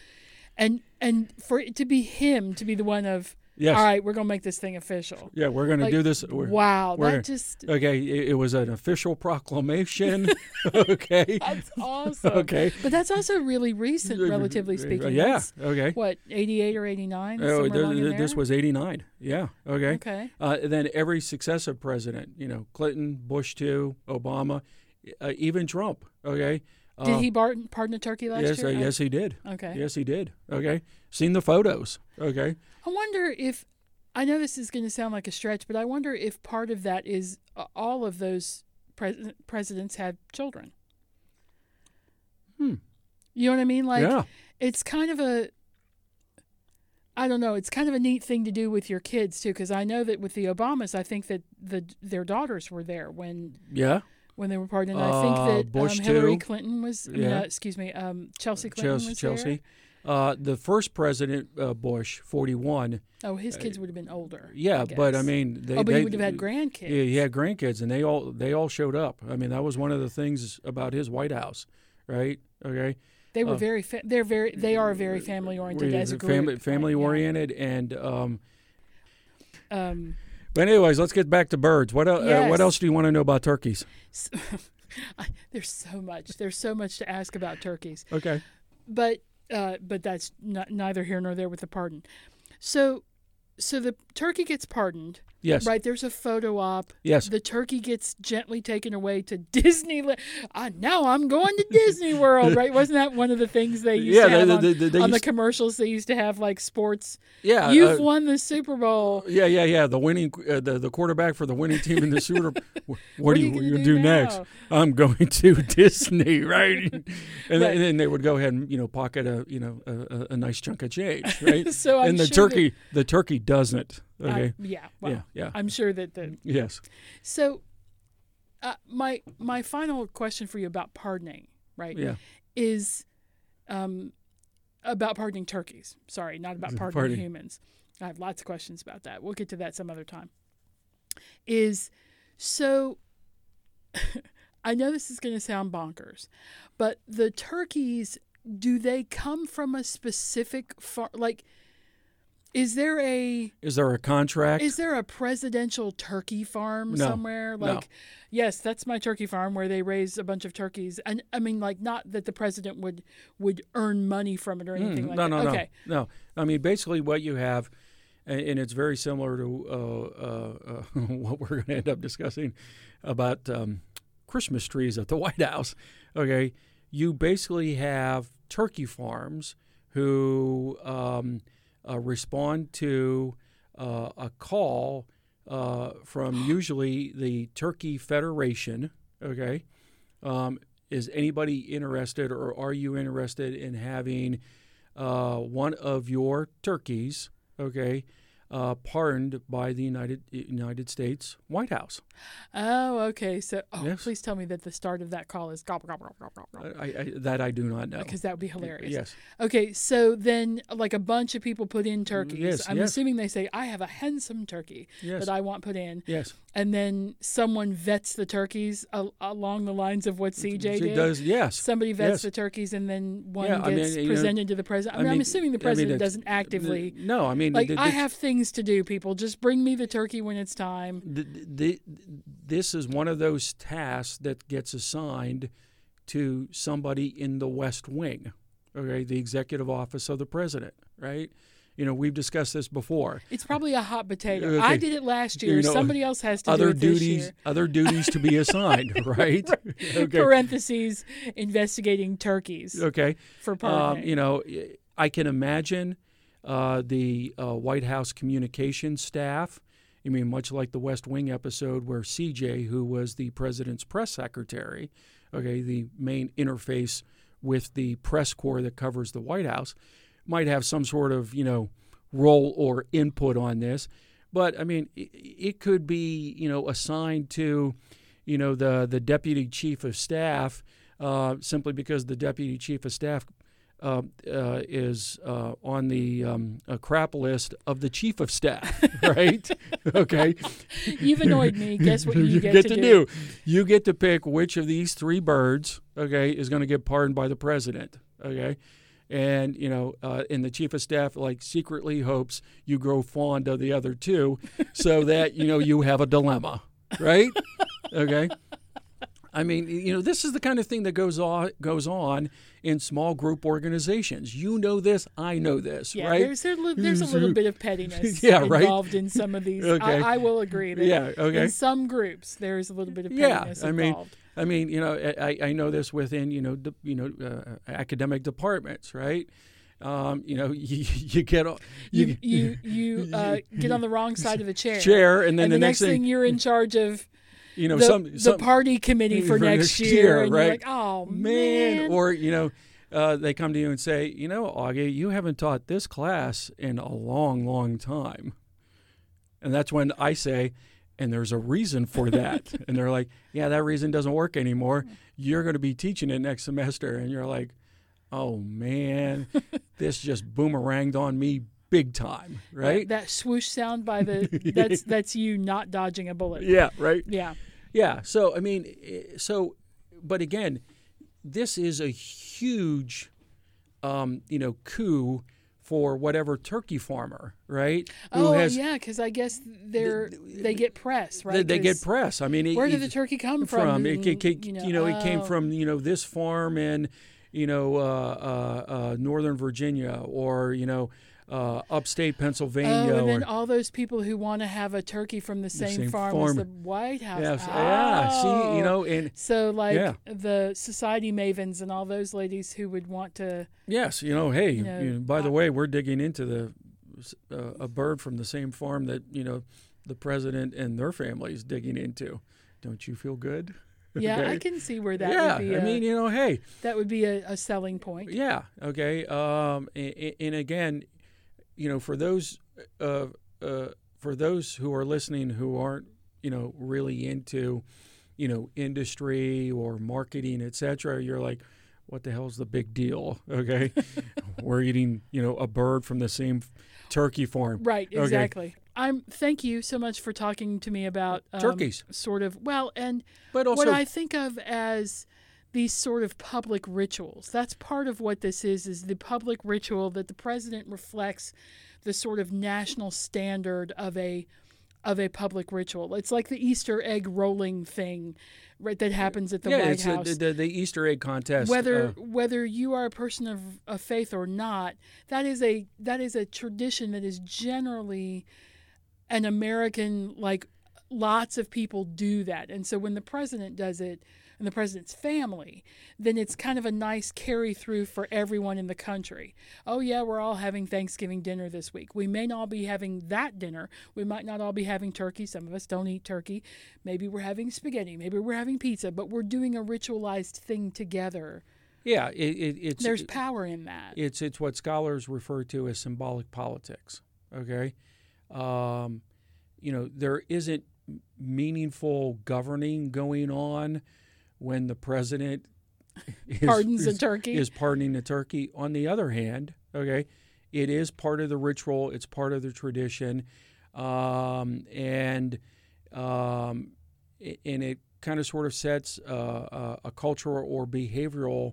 A: and and for it to be him to be the one of,
B: Yes.
A: all right, we're gonna make this thing official.
B: yeah, we're gonna
A: Like,
B: do this. We're,
A: wow,
B: we're-
A: that
B: *laughs*
A: just
B: Okay, it, it was an official
A: *laughs*
B: proclamation. *laughs* okay,
A: that's awesome.
B: Okay.
A: but that's also really recent, relatively speaking.
B: yeah,
A: That's,
B: okay.
A: what eighty eight or eighty nine?
B: Oh,
A: somewhere
B: th-
A: along in
B: th- this
A: there?
B: was '89. Yeah. Okay.
A: Okay.
B: Uh, and then every successive president, you know, Clinton, Bush two, Obama, uh, even Trump. Okay. Uh,
A: Did he pardon, pardon a turkey last
B: yes.
A: year?
B: uh,
A: I-
B: yes, he did.
A: Okay.
B: Yes, he did. Okay. Seen the photos. Okay.
A: I wonder if I know this is going to sound like a stretch, but I wonder if part of that is uh, all of those pres- presidents had children. Hmm. You know what I mean? Like
B: yeah.
A: it's kind of a I don't know. It's kind of a neat thing to do with your kids too, because I know that with the Obamas, I think that the their daughters were there when
B: Yeah.
A: when they were pardoned. I think
B: Uh,
A: that
B: Bush,
A: um, Hillary
B: too.
A: Clinton was. I mean,
B: Yeah.
A: uh, excuse me. Um, Chelsea Clinton
B: Chelsea.
A: was
B: Chelsea. Uh, the first president, uh, Bush, forty-one.
A: there. Oh, his kids would have been older.
B: Uh, Yeah,
A: I
B: but I
A: guess.
B: mean, they,
A: oh, but
B: they,
A: he would have had grandkids.
B: Yeah, he had grandkids, and they all they all showed up. I mean, that was one of the things about his White House, right? Okay.
A: They
B: uh,
A: were very. Fa- they're very. They are very family oriented
B: We're
A: as a group.
B: family,
A: like,
B: family
A: yeah.
B: oriented, and um,
A: Um,
B: But anyways, let's get back to birds. What el- uh,
A: Yes.
B: what else do you want to know about turkeys?
A: s- *laughs* I- there's so much. There's so much to ask about turkeys,
B: Okay.
A: but uh, but that's not, neither here nor there with the pardon. So, so the turkey gets pardoned.
B: Yes.
A: Right, there's a photo op.
B: Yes.
A: The turkey gets gently taken away to *laughs* Disneyland. Uh, now I'm going to Disney World, right? Wasn't that one of the things they used
B: Yeah,
A: to have
B: they-
A: on,
B: they- they- they
A: on the
B: used-
A: commercials? They used to have like sports.
B: Yeah.
A: You've
B: uh,
A: won the Super Bowl. *laughs*
B: yeah, yeah, yeah. The winning, uh, the, the quarterback for the winning team in the
A: *laughs*
B: Super. wh- What,
A: What
B: do
A: are
B: you,
A: you
B: you
A: gonna
B: do
A: do
B: next?
A: now?
B: I'm going to *laughs* Disney,
A: *laughs*
B: right? And, then-
A: Right.
B: and then they would go ahead and you know pocket a you know a, a, a nice chunk of
A: *laughs*
B: change, right?
A: So I'm
B: and the
A: sure that-
B: turkey, the turkey doesn't.
A: I-
B: Okay.
A: yeah, well,
B: Yeah, yeah.
A: I'm sure that the
B: yes.
A: so. Uh, my my final question for you about pardoning, right?
B: Yeah.
A: is um, about pardoning turkeys. Sorry, not about pardoning
B: Pardoning.
A: humans. I have lots of questions about that. We'll get to that some other time. Is so. *laughs* I know this is going to sound bonkers, but the turkeys do they come from a specific farm? Like, is there a
B: Is there a contract?
A: is there a presidential turkey farm
B: No,
A: somewhere?
B: no.
A: Like, yes, that's my turkey farm where they raise a bunch of turkeys. And I mean, like, not that the president would would earn money from it or anything like
B: Mm, no,
A: that.
B: no, no,
A: okay,
B: no. I mean, basically, what you have, a- and it's very similar to uh, *laughs* uh, uh, what we're going to end up discussing about um, Christmas trees at the *laughs* White House. Okay, you basically have turkey farms who um, uh, respond to uh, a call uh,
A: *gasps*
B: from usually the Turkey Federation. Okay um, is anybody interested or are you interested in having uh, one of your turkeys okay uh, pardoned by the united united states white house
A: oh, okay. So, oh,
B: Yes.
A: please tell me that the start of that call is gobble gobble gobble gobble
B: I,
A: gobble
B: I, that i do not know
A: because that would be hilarious.
B: Uh, yes
A: Okay, so then like a bunch of people put in turkeys.
B: yes,
A: I'm
B: yes.
A: assuming they say I have a handsome turkey
B: Yes.
A: that I want put in,
B: yes
A: and then someone vets the turkeys a- along the lines of what CJ
B: she
A: did.
B: does yes
A: somebody vets
B: Yes.
A: the turkeys and then one
B: Yeah, I mean,
A: gets
B: you know,
A: presented to the president. I mean, I am assuming the
B: I mean,
A: president
B: it's-
A: doesn't actively
B: no i mean
A: like.
B: th-
A: I
B: th-
A: have things to do, people. Just bring me the turkey when it's time.
B: th- th- this is one of those tasks that gets assigned to somebody in the West Wing, okay, the executive office of the president, right? You know, we've discussed this before.
A: It's probably a hot potato.
B: Okay.
A: I did it last year.
B: You know,
A: somebody else has to do
B: Other
A: it this
B: duties,
A: year.
B: other duties to be assigned, *laughs* right?
A: *laughs*
B: Okay.
A: Parentheses investigating turkeys
B: Okay.
A: for
B: Um,
A: pardoning.
B: you know, I can imagine uh, the uh, White House communications staff. I mean, much like the West Wing episode where CJ, who was the president's press secretary, okay, the main interface with the press corps that covers the White House, might have some sort of, you know, role or input on this. But I mean, it, it could be, you know, assigned to, you know, the, the deputy chief of staff uh, simply because the deputy chief of staff uh, uh, is uh, on the um, uh, crap list of the chief of staff, *laughs* right? okay.
A: You've annoyed me. Guess
B: *laughs*
A: what you, get, to,
B: do? You get to pick which of these three birds, okay, is going to get pardoned by the president, okay? And, you know, uh, and the chief of staff, like, secretly hopes you grow fond of the
A: *laughs*
B: other two so that, you know, you have a dilemma, right? Okay. I mean, you know, this is the kind of thing that goes on goes on in small group organizations. You know this, I know this,
A: Yeah,
B: right?
A: there's a little,
B: *laughs*
A: there's a little bit of pettiness
B: Yeah, right.
A: involved in some of these.
B: Okay.
A: I, I will agree. That
B: Yeah, okay.
A: In some groups, there is a little bit of
B: yeah,
A: pettiness
B: I mean,
A: involved.
B: I mean, you know, I, I- I know this within you know de, you know uh, academic departments, right? Um, you know, *laughs* you, you get all,
A: you you
B: *laughs*
A: you uh, get on the wrong side of a chair.
B: chair, and then
A: and
B: the, next thing,
A: you're in charge of
B: you know,
A: the,
B: some
A: the
B: some
A: party committee for, next year, and you're like, oh man,
B: Or you know, uh, they come to you and say, you know, Augie, you haven't taught this class in a long, long time, and that's when I say. And there's a reason
A: *laughs*
B: for that. and they're like, yeah, that reason doesn't work anymore. You're going to be teaching it next semester. And you're like,
A: *laughs*
B: oh man, this just boomeranged on me big time, right?
A: that swoosh sound by
B: *laughs*
A: the that's that's you not dodging a bullet.
B: yeah, right.
A: Yeah.
B: Yeah. So I mean, i- so, but again, this is a huge, um, you know, coup for whatever turkey farmer, right?
A: Oh yeah, because I guess they're they get press right.
B: they, they get
A: 'Cause
B: press. I mean, it,
A: Where did
B: it-
A: the turkey come from?
B: from? It, ca-
A: And,
B: ca- you know, it came
A: oh,
B: from you know this farm in you know uh, uh, uh, Northern Virginia or you know uh, upstate Pennsylvania.
A: Oh, and then
B: or-
A: all those people who want to have a turkey from the same,
B: uh, same
A: farm, as
B: farm.
A: the White House.
B: Yes, yeah, see, you
A: Oh.
B: know, and
A: So like
B: Yeah.
A: the society mavens and all those ladies who would want to.
B: yes, you know, hey, you
A: know,
B: know, by the
A: I-
B: way, we're digging into the uh, a bird from the same farm that you know the president and their family is digging into. Don't you feel good?
A: Yeah, I
B: Okay.
A: can see where that
B: yeah,
A: would be.
B: I
A: a-
B: mean, you know, hey,
A: that would be a, a selling point.
B: Yeah. Okay. Um, a- a- and, again, you know, for those uh, uh, for those who are listening who aren't, you know, really into, you know, industry or marketing, et cetera, you're like, what the hell's the big deal? *laughs*
A: *laughs*
B: Okay, we're eating, you know, a bird from the same turkey farm.
A: Right,
B: Okay.
A: exactly. I'm. Thank you so much for talking to me about um,
B: Turkeys.
A: Sort of. Well, and
B: But also,
A: what I think of as these sort of public rituals. That's part of what this is is the public ritual that the president reflects the sort of national standard of a of a public ritual. It's like the Easter egg rolling thing right that happens at the
B: yeah,
A: White
B: it's the,
A: House.
B: the, the Easter egg contest.
A: whether
B: uh,
A: whether you are a person of, of faith or not, that is a that is a tradition that is generally an American like lots of people do that. And so when the president does it and the president's family, then it's kind of a nice carry through for everyone in the country. Oh yeah, we're all having Thanksgiving dinner this week. We may not be having that dinner. We might not all be having turkey. Some of us don't eat turkey. Maybe we're having spaghetti, maybe we're having pizza, but we're doing a ritualized thing together.
B: yeah, it, it, it's
A: There's power in that.
B: It's it's what scholars refer to as symbolic politics. Okay, um, you know there isn't m- meaningful governing going on when the president *laughs* is,
A: Pardons a
B: is-
A: turkey.
B: is pardoning the turkey. On the other hand, okay, it is part of the ritual. It's part of the tradition, um, and um, i- and it kind of sort of sets uh, uh, a cultural or behavioral,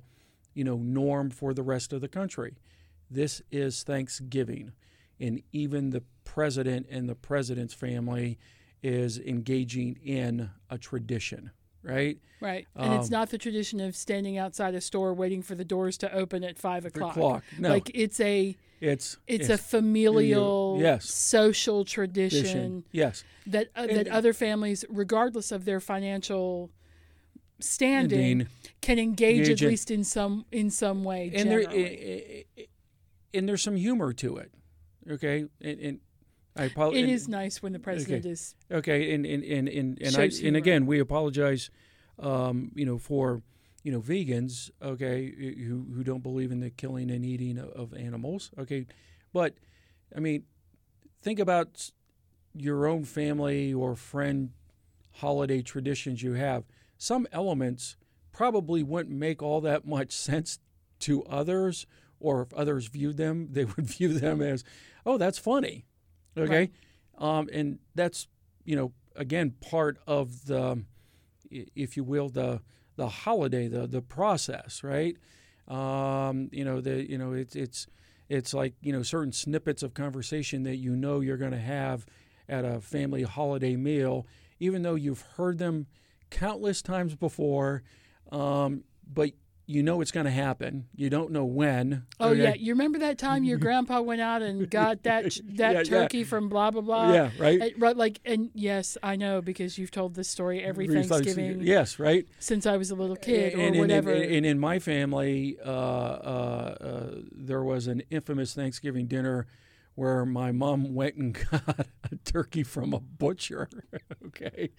B: you know, norm for the rest of the country. This is Thanksgiving, and even the president and the president's family is engaging in a tradition, right?
A: Right. And
B: Um,
A: it's not the tradition of standing outside a store waiting for the doors to open at five o'clock.
B: o'clock. No.
A: Like it's a
B: It's
A: it's a familial
B: Yes.
A: social tradition,
B: Yes.
A: that uh, that
B: And-
A: other families, regardless of their financial standing,
B: Indeed.
A: can engage
B: Engage
A: at
B: in-
A: least in some in some way.
B: and there eh,
A: generally.
B: i- i- eh, and there's some humor to it. Okay, and, and I apologize.
A: it is nice when the president is
B: okay, and and and and, and, I,
A: Shows
B: and
A: humor.
B: again, we apologize. Um, you know, for you know vegans, okay, who who don't believe in the killing and eating of, of animals, okay, but I mean, think about s- your own family or friend holiday traditions you have. Some elements probably wouldn't make all that *laughs* much sense to others, or if others viewed them, *laughs* they would view them as, oh, that's funny. Okay. Um, and that's, you know, again, part of the, i- if you will, the, the holiday, the, the process, right? Um, you know, the, you know, it's, it's, it's like, you know, certain snippets of conversation that you know you're going to have at a family holiday meal, even though you've heard them countless times before, um, but you know it's going to happen. You don't know when.
A: Oh
B: okay?
A: yeah, you remember that time
B: *laughs*
A: your grandpa went out and got that that
B: Yeah, yeah.
A: turkey from blah blah blah.
B: Yeah, right.
A: And, right. Like, and yes, I know because you've told this story every
B: Every
A: Thanksgiving
B: Yes, right.
A: since I was a little kid
B: and, and-
A: or whatever.
B: And, and in my family, uh, uh, uh, there was an infamous Thanksgiving dinner where my mom went and *laughs* got a turkey from a butcher, *laughs* okay,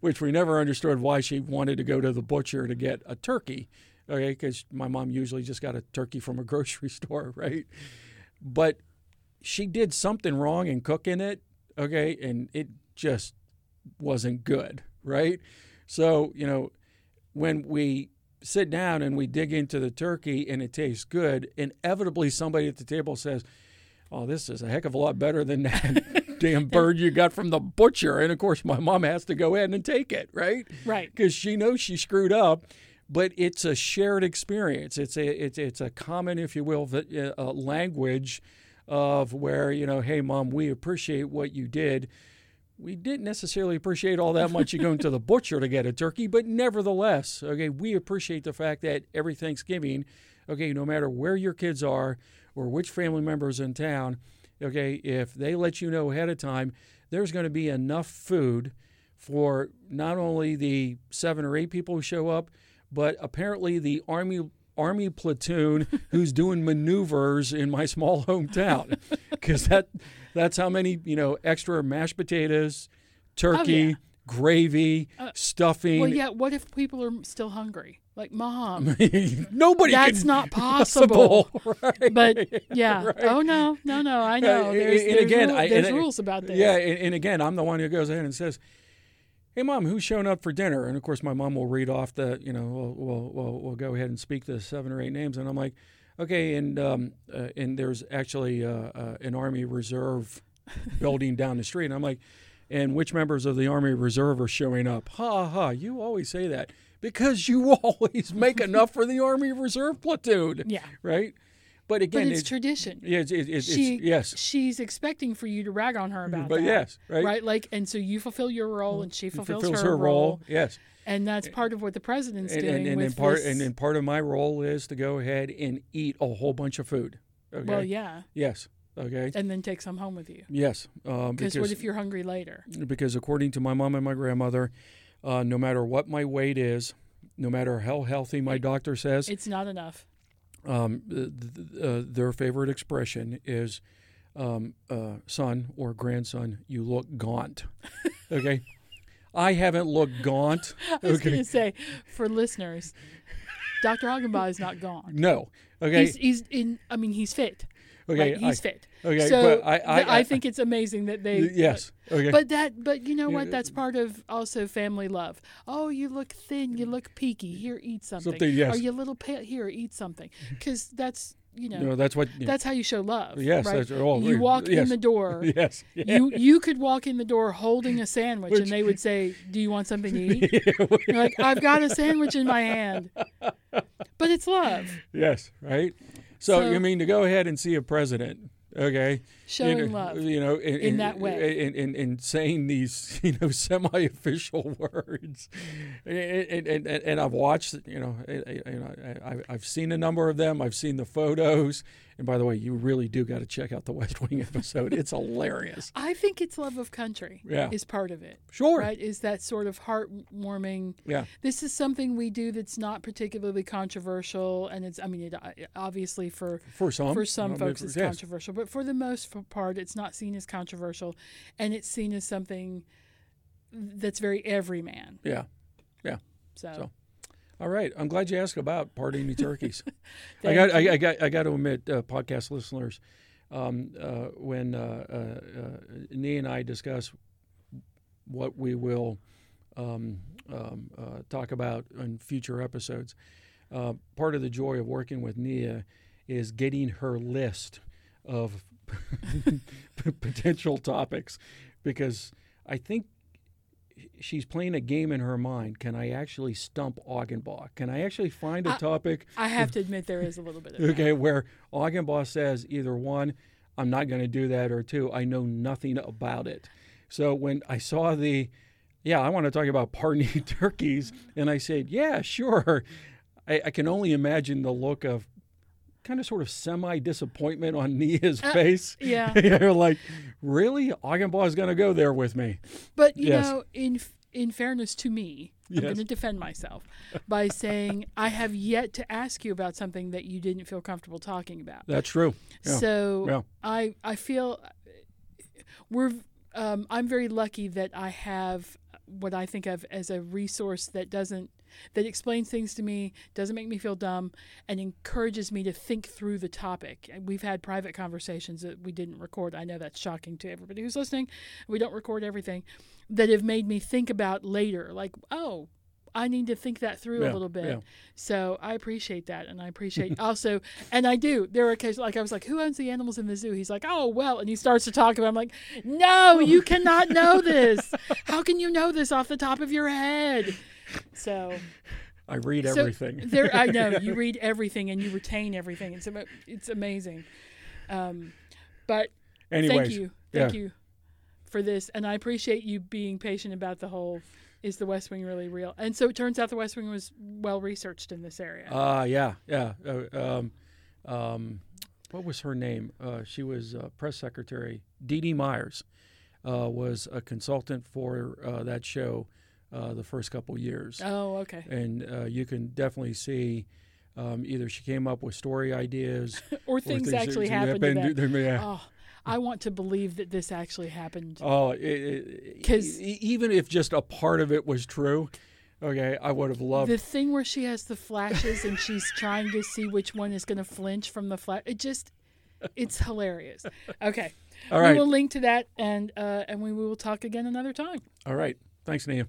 B: which we never understood why she wanted to go to the butcher to get a turkey, okay, because my mom usually just got a turkey from a grocery *laughs* store, right? But she did something wrong in cooking it, okay, and it just wasn't good, right? So, you know, when we sit down and we dig into the turkey and it tastes good, inevitably somebody at the table says, Oh, this is a heck of a lot better than that *laughs* damn bird you got from the butcher. And of course, my mom has to go in and take it, right?
A: Right.
B: Because she knows she screwed up. But it's a shared experience. It's a it's it's a common, if you will, v- uh, uh, language of where you know, hey, mom, we appreciate what you did we didn't necessarily appreciate all that much you going to the butcher to get a turkey, but nevertheless, okay, we appreciate the fact that every Thanksgiving, okay, no matter where your kids are or which family members in town, Okay, if they let you know ahead of time, there's going to be enough food for not only the seven or eight people who show up, but apparently the army army
A: *laughs*
B: platoon who's doing maneuvers in my small
A: *laughs*
B: hometown because that that's how many you know extra mashed potatoes turkey
A: Oh, yeah. Uh,
B: gravy stuffing
A: Well, yeah. What if people are still hungry? Like, mom,
B: *laughs* nobody *laughs*
A: that's
B: can-
A: not possible.
B: *laughs* right
A: But yeah. Oh no, no, no. I know.
B: Uh,
A: There's,
B: and
A: there's,
B: again,
A: rule-
B: I- and
A: there's
B: I-
A: rules about that.
B: Yeah, and, and again, I'm the one who goes ahead and says, "Hey, mom, who's showing up for dinner?" And of course, my mom will read off the, you know, we'll we'll we'll, we'll go ahead and speak the seven or eight names, and I'm like, "Okay," and um, uh, and there's actually uh, uh, an
A: *laughs*
B: Army Reserve building down the street, and I'm like, "And which members of the Army Reserve are showing up?" Ha ha! You always say that because you *laughs* always make enough for the Army Reserve platoon.
A: Yeah.
B: Right. But
A: But
B: again,
A: it's
B: it-
A: tradition.
B: yeah, it's, it's, it's,
A: she
B: yes.
A: she's expecting for you to rag on her about
B: But
A: that.
B: yes, right. Mm-hmm.
A: Like, and so you fulfill your role, and she fulfills,
B: fulfills
A: her, role,
B: Yes,
A: and that's part of what the president's
B: and
A: doing
B: and, and,
A: with
B: then part
A: this.
B: and then part of my role is to go ahead and eat a whole bunch of food. Okay.
A: Well, yeah,
B: Yes. Okay.
A: and then take some home with you.
B: Yes. Um,
A: Because what if you're hungry later?
B: *laughs* because according to my mom and my grandmother, uh, no matter what my weight is, no matter how healthy my doctor says,
A: It's not enough. *laughs*
B: um, th- th- uh, their favorite expression is, um, uh, "Son or grandson, you look
A: *laughs*
B: gaunt." Okay. I haven't looked gaunt.
A: I was
B: Okay.
A: going to say for listeners, Dr. Hagenbaugh is not gone.
B: No. Okay.
A: He's, he's in. I mean, he's fit.
B: okay.
A: Like, he's
B: I-
A: fit.
B: okay,
A: So
B: but I- I-
A: th- I
B: I-
A: think it's amazing that they. uh,
B: Y- Yes. Okay.
A: But that, but you know what?
B: Yeah. uh,
A: That's part of also family love. Oh, you look thin. You look peaky. Here, eat something.
B: Something, yes. Mm-hmm.
A: Are you a little pale? Here, eat something. Because that's you know
B: no, that's what.
A: that's how you show love.
B: Yes,
A: right?
B: that's- oh,
A: you
B: yeah,
A: walk in
B: yes.
A: the door.
B: yes. *laughs* yeah.
A: You you could walk in the door holding a sandwich, and they would say, "Do you want
B: *laughs*
A: something to eat?" You're like, "I've got a sandwich in my hand," but it's love
B: yes. Right. So,
A: So-
B: you mean to go ahead and see a president? Okay.
A: showing
B: you know,
A: love.
B: You know, in,
A: that way.
B: and, and, and saying these, *laughs* you know, semi-official *laughs* words, and, and, and, and I've watched, you know, I- I- you know, I, I- I've seen a number of them. I've seen the photos, and by the way, you really do got to check out the *laughs* West Wing episode. It's hilarious.
A: I think it's love of country.
B: Yeah.
A: is part of it.
B: Sure.
A: right? Is that sort of heartwarming?
B: Yeah.
A: This is something we do that's not particularly controversial, and it's. I mean, it obviously for
B: For some,
A: for some
B: um,
A: folks it's
B: yes.
A: controversial, but for the most f- part, it's not seen as controversial, and it's seen as something that's very everyman.
B: Yeah.
A: So,
B: So, All right, I'm glad you asked about parting the turkeys. I
A: Thank
B: got, I, I got, I got to admit, uh, podcast listeners, um, uh, when uh, uh, uh, Nee and I discuss what we will um, um, uh, talk about in future episodes, uh, part of the joy of working with Nia is getting her list of *laughs* p- potential topics, because I think she's playing a game in her mind. Can I actually stump Augenbach? Can I actually find a
A: I-
B: topic?
A: I have to admit there is a little bit of that.
B: okay, where Augenboss says either one, I'm not going to do that, or two, I know nothing about it. So when I saw the, yeah, I want to talk about *laughs* Parney turkeys, and I said, yeah, sure. I, I can only imagine the look of kind of sort of semi disappointment on *laughs* Nia's face.
A: Uh, yeah.
B: *laughs* You're like, really? Augenboss is going to go there with me.
A: But you
B: Yes.
A: know, in f- in fairness to me, I'm
B: Yes.
A: going to defend myself by saying I have yet to ask you about something that you didn't feel comfortable talking about.
B: That's true. Yeah.
A: So
B: Yeah.
A: I I feel we're um, I'm very lucky that I have what I think of as a resource that doesn't that explains things to me, doesn't make me feel dumb, and encourages me to think through the topic. And We've had private conversations that we didn't record. I know that's shocking to everybody who's listening. We don't record everything that have made me think about later, like oh. I need to think that through
B: Yeah,
A: a little bit.
B: yeah.
A: So I appreciate that, and I appreciate *laughs* also, and I do. There are occasions like I was like, "Who owns the animals in the zoo?" He's like, "Oh well," and he starts to talk about. it. I'm like, "No, you cannot know this. How can you know this off the top of your head?" So,
B: I read
A: so
B: everything.
A: there, I know
B: *laughs*
A: you read everything and you retain everything. It's ama- it's amazing. Um, but
B: Anyways,
A: thank you, thank
B: yeah.
A: you for this, and I appreciate you being patient about the whole. Is the West Wing really real? And so it turns out the West Wing
B: Uh,
A: was well researched in this area.
B: Ah, yeah, yeah. Uh, um, um, what was her name? Uh, she was uh, press secretary. Dee Dee Myers uh, was a consultant for uh, that show uh, the first couple years,
A: Oh, okay.
B: and uh, you can definitely see um, either she came up with story ideas
A: *laughs* Or things
B: that-
A: actually
B: that
A: happened to
B: *laughs*
A: them.
B: yeah.
A: Oh, I want to believe that this actually happened.
B: Oh, it- it-
A: 'Cause-
B: e- even if just a part of it was true, okay, I would have loved.
A: the thing where she has the flashes and she's trying to see which one is going to flinch from the flash. It just, it's hilarious. Okay.
B: All right.
A: We will link to that and uh, and we will talk again another time.
B: All right, thanks, Nia.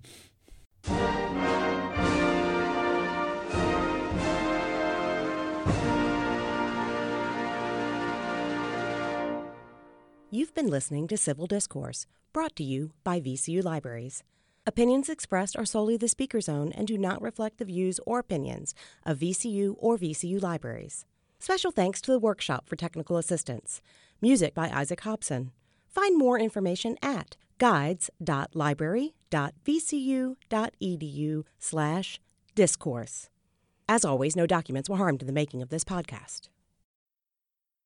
C: You've been listening to Civil Discourse, brought to you by VCU Libraries. Opinions expressed are solely the speaker's own and do not reflect the views or opinions of VCU or VCU Libraries. Special thanks to the workshop for technical assistance. Music by Isaac Hobson. Find more information at guides.library.vcu.edu/discourse. As always, no documents were harmed in the making of this podcast.